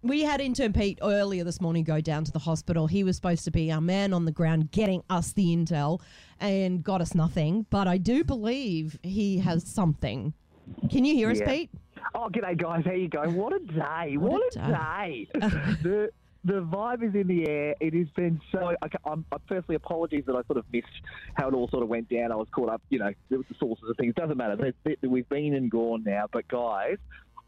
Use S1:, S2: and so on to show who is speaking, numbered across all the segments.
S1: We had intern Pete earlier this morning go down to the hospital. He was supposed to be our man on the ground getting us the intel and got us nothing. But I do believe he has something. Can you hear us,
S2: Yeah.
S1: Pete?
S2: Oh, g'day, guys. How you going? What a day. What,
S1: What a
S2: a day. the, the vibe is in the air. It has been so. I, ca- I'm, I firstly, apologies that I sort of missed how it all sort of went down. I was caught up, you know, with the sources of things. Doesn't matter. They- they- We've been and gone now. But, guys,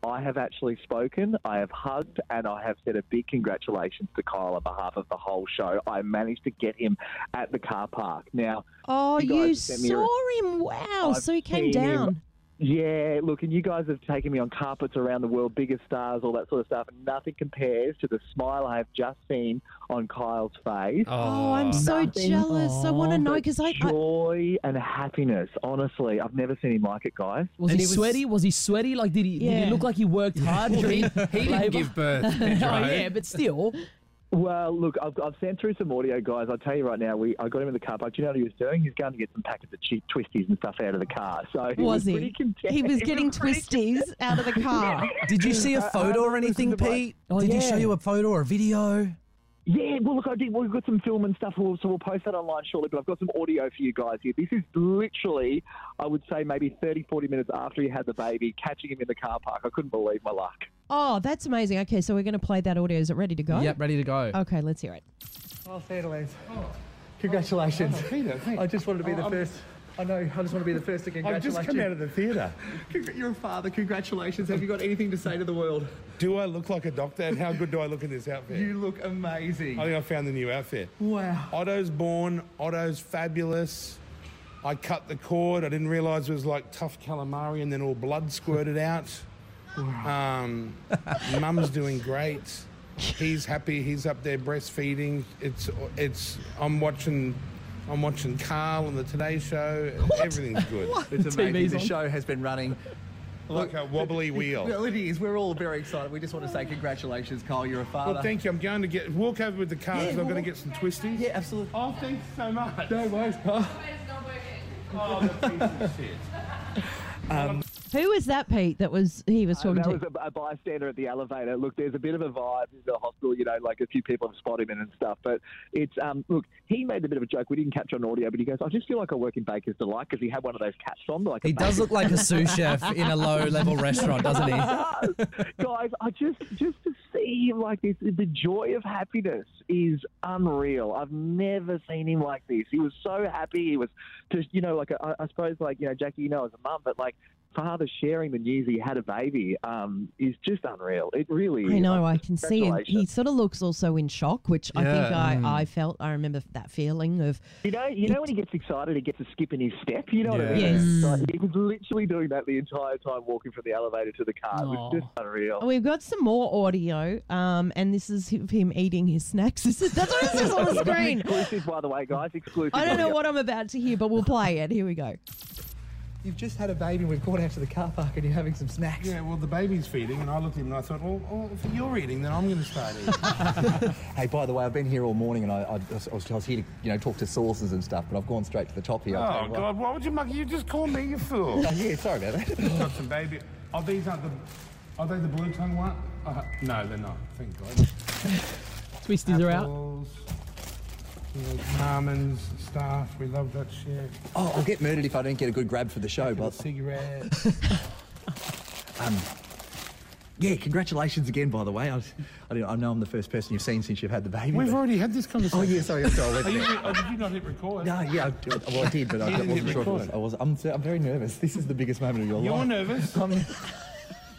S2: I have actually spoken, I have hugged, and I have said a big congratulations to Kyle on behalf of the whole show. I managed to get him at the car park. Now,
S1: Oh,
S2: You
S1: you,
S2: guys sent me a-
S1: saw him. Wow.
S2: I've
S1: so he came
S2: seen him.
S1: down.
S2: Yeah, look, and you guys have taken me on carpets around the world, bigger stars, all that sort of stuff. and Nothing compares to the smile I have just seen on Kyle's face.
S1: Oh, I'm so
S2: Ah. Nothing. Oh,
S1: jealous. I want to know because I, I
S2: joy and happiness. Honestly, I've never seen him like it, guys.
S3: Was
S4: And
S3: he,
S4: he was-
S3: sweaty? Was he sweaty? Like, did he, did
S1: Yeah.
S3: he look like he worked hard
S4: he,
S3: during
S4: he
S3: labour?
S4: didn't give birth.
S3: oh,
S4: Pedro.
S3: yeah, but still.
S2: Well, look, I've, I've sent through some audio, guys. I'll tell you right now, we I got him in the car park. Do you know what he was doing? He was going to get some packets of cheap twisties and stuff out of the car. So he
S1: was,
S2: was,
S1: he?
S2: pretty content.
S1: He was
S2: He
S1: getting
S2: pretty
S1: twisties out of the car.
S5: Did you see a
S2: I- I
S5: photo or
S2: haven't
S5: anything,
S2: listened to my-
S5: Pete?
S3: Oh,
S5: Did he
S3: yeah.
S5: show you a photo or a video?
S2: Yeah, well, look, I did. We've got some film and stuff, we'll- so we'll post that online shortly. But I've got some audio for you guys here. This is literally, I would say, maybe 30, 40 minutes after he had the baby, catching him in the car park. I couldn't believe my luck.
S1: Oh, that's amazing. Okay, so we're going to play that audio. Is it ready to go?
S3: Yep, ready to go.
S1: Okay, let's hear it.
S6: I'll say it, Elaine. Congratulations. I just wanted to be the first. I know. I Oh, just want to be the first to
S7: I've
S6: congratulate
S7: just come
S6: you.
S7: out of the theatre.
S6: Congra- You're a father. Congratulations. Have you got anything to say to the world?
S7: Do I look like a doctor? And how good do I look in this outfit?
S6: You look amazing.
S7: I think I found the new outfit.
S6: Wow.
S7: Otto's born. Otto's fabulous. I cut the cord. I didn't realise it was like tough calamari, and then all blood squirted out. Um, mum's doing great. He's happy. He's up there breastfeeding. It's it's. I'm watching. I'm watching Carl on the Today Show. Everything's good.
S6: It's amazing.
S3: TV's
S6: The
S3: on.
S6: show has been running.
S7: Like a wobbly wheel.
S6: Well, it is. We're all very excited. We just want to say congratulations, Kyle. You're a father.
S7: Well, thank you. I'm going to get walk over with the car
S6: Yeah,
S7: because I'm
S6: well,
S7: going to get some twisties.
S6: Yeah, absolutely.
S7: Oh, thanks so much.
S6: No worries, Kyle.
S7: Oh, the piece of shit.
S1: Who was that, Pete? That was he was talking
S2: Uh, that
S1: to.
S2: was a, a bystander at the elevator. Look, there's a bit of a vibe in the hospital, you know, like a few people have spotted him in and stuff. But it's, um, look, he made a bit of a joke. We didn't catch on audio, but he goes, I just feel like I work in Baker's Delight because he had one of those caps on. Like a
S5: He does
S2: baker's
S5: look like a sous chef in a low-level restaurant, doesn't he?
S2: guys, I just just to see him like this, the joy of happiness is unreal. I've never seen him like this. He was so happy. He was just, you know, like I, I suppose, like you know, Jackie, you know, as a mum, but like father sharing the news he had a baby um, is just unreal. It really.
S1: I
S2: is.
S1: know, I
S2: Like,
S1: can see it. He
S2: congratulations.
S1: sort of looks also in shock, which I think I, I felt. I remember that feeling of
S2: You know, you know when he gets excited, he gets a skip in his step. You know what I mean?
S1: Yeah. Yes.
S2: Like, he was literally doing that the entire time walking from the elevator to the car. It was just unreal.
S1: "Oh, We've got some more audio, um, and this is of him eating his snacks. This is, that's what it says on the screen.
S2: Exclusive, by the way, guys. Exclusive.
S1: I don't know
S2: Yeah.
S1: what I'm about to hear, but we'll play it. Here we go.
S6: You've just had a baby and we've gone out to the car park and you're having some snacks.
S7: Yeah, well, the baby's feeding, and I looked at him and I thought, well, well if you're eating, then I'm going to start eating.
S6: Hey, by the way, I've been here all morning and I, I, I was, I was here to you know talk to sources and stuff, but I've gone straight to the top here. I'll tell
S7: oh,
S6: you what.
S7: God, why would you muck? You just call me, you fool.
S6: Oh, yeah, sorry about that.
S7: Got some baby. Oh, these aren't the. Are they the blue tongue one? Uh, no, they're not. Thank God.
S3: Twisties are out.
S7: Apples, you know, almonds, stuff. We love that shit.
S6: Oh, I'll get murdered if I don't get a good grab for the show, but
S7: Cigarettes.
S6: yeah, congratulations again, by the way. I, was, I, don't- I know I'm the first person you've seen since you've had the baby.
S7: We've
S6: but-
S7: already had this conversation.
S6: Oh, yeah, sorry, I'm sorry. I
S7: Are
S6: went
S7: you,
S6: there.
S7: oh, did you not hit record?
S6: No, yeah, I, do- well, I did, but I
S7: You didn't
S6: wasn't sure if it was.
S7: record.
S6: I was I'm, I'm very nervous. This is the biggest moment of your
S7: You're
S6: life.
S7: nervous.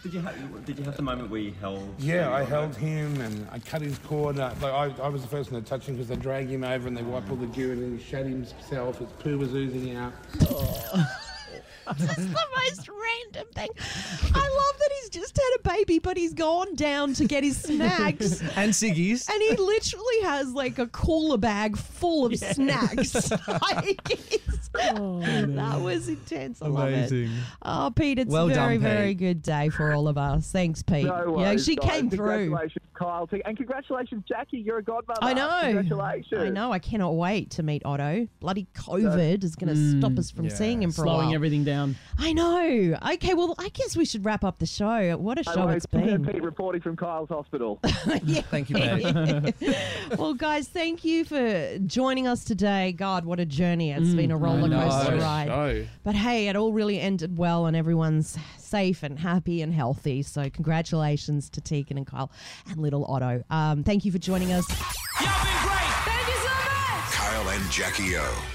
S8: Did you have, did you have the moment where you held?
S7: Yeah, I held him and I cut his cord. Uh, like I, I was the first one to touch him because they drag him over and they wipe all the goo and then he shat himself. His poo was oozing out.
S1: That's the most random thing. I love that he's just had a baby, but he's gone down to get his snacks.
S5: And Siggy's.
S1: And he literally has like a cooler bag full of snacks. like, it's-
S5: Oh,
S1: that was intense. I love it. Oh, Pete, it's
S5: Well
S1: a very,
S5: done,
S1: very
S5: Pete.
S1: good day for all of us. Thanks, Pete.
S2: No
S1: you
S2: worries,
S1: actually
S2: guys.
S1: came through.
S2: uh, Congratulations, Kyle. And congratulations, Jackie. You're a godmother.
S1: I know.
S2: Congratulations.
S1: I
S5: mm,
S1: know. I cannot wait to meet Otto. Bloody COVID is going to stop us from seeing him for a
S3: Slowing
S1: while.
S3: everything down.
S1: I know. Okay, well, I guess we should wrap up the show. What a show
S2: Hello,
S1: it's been.
S2: Pete reporting from Kyle's hospital.
S5: Thank you, mate.
S1: well, guys, thank you for joining us today. God, what a journey. It's
S5: Mm,
S1: been a roller
S3: know.
S1: coaster
S3: What a
S1: ride.
S7: show.
S1: But hey, it all really ended well, and everyone's safe and happy and healthy. So, congratulations to Tegan and Kyle and little Otto. Um, thank you for joining us.
S4: Kyle and Jackie O.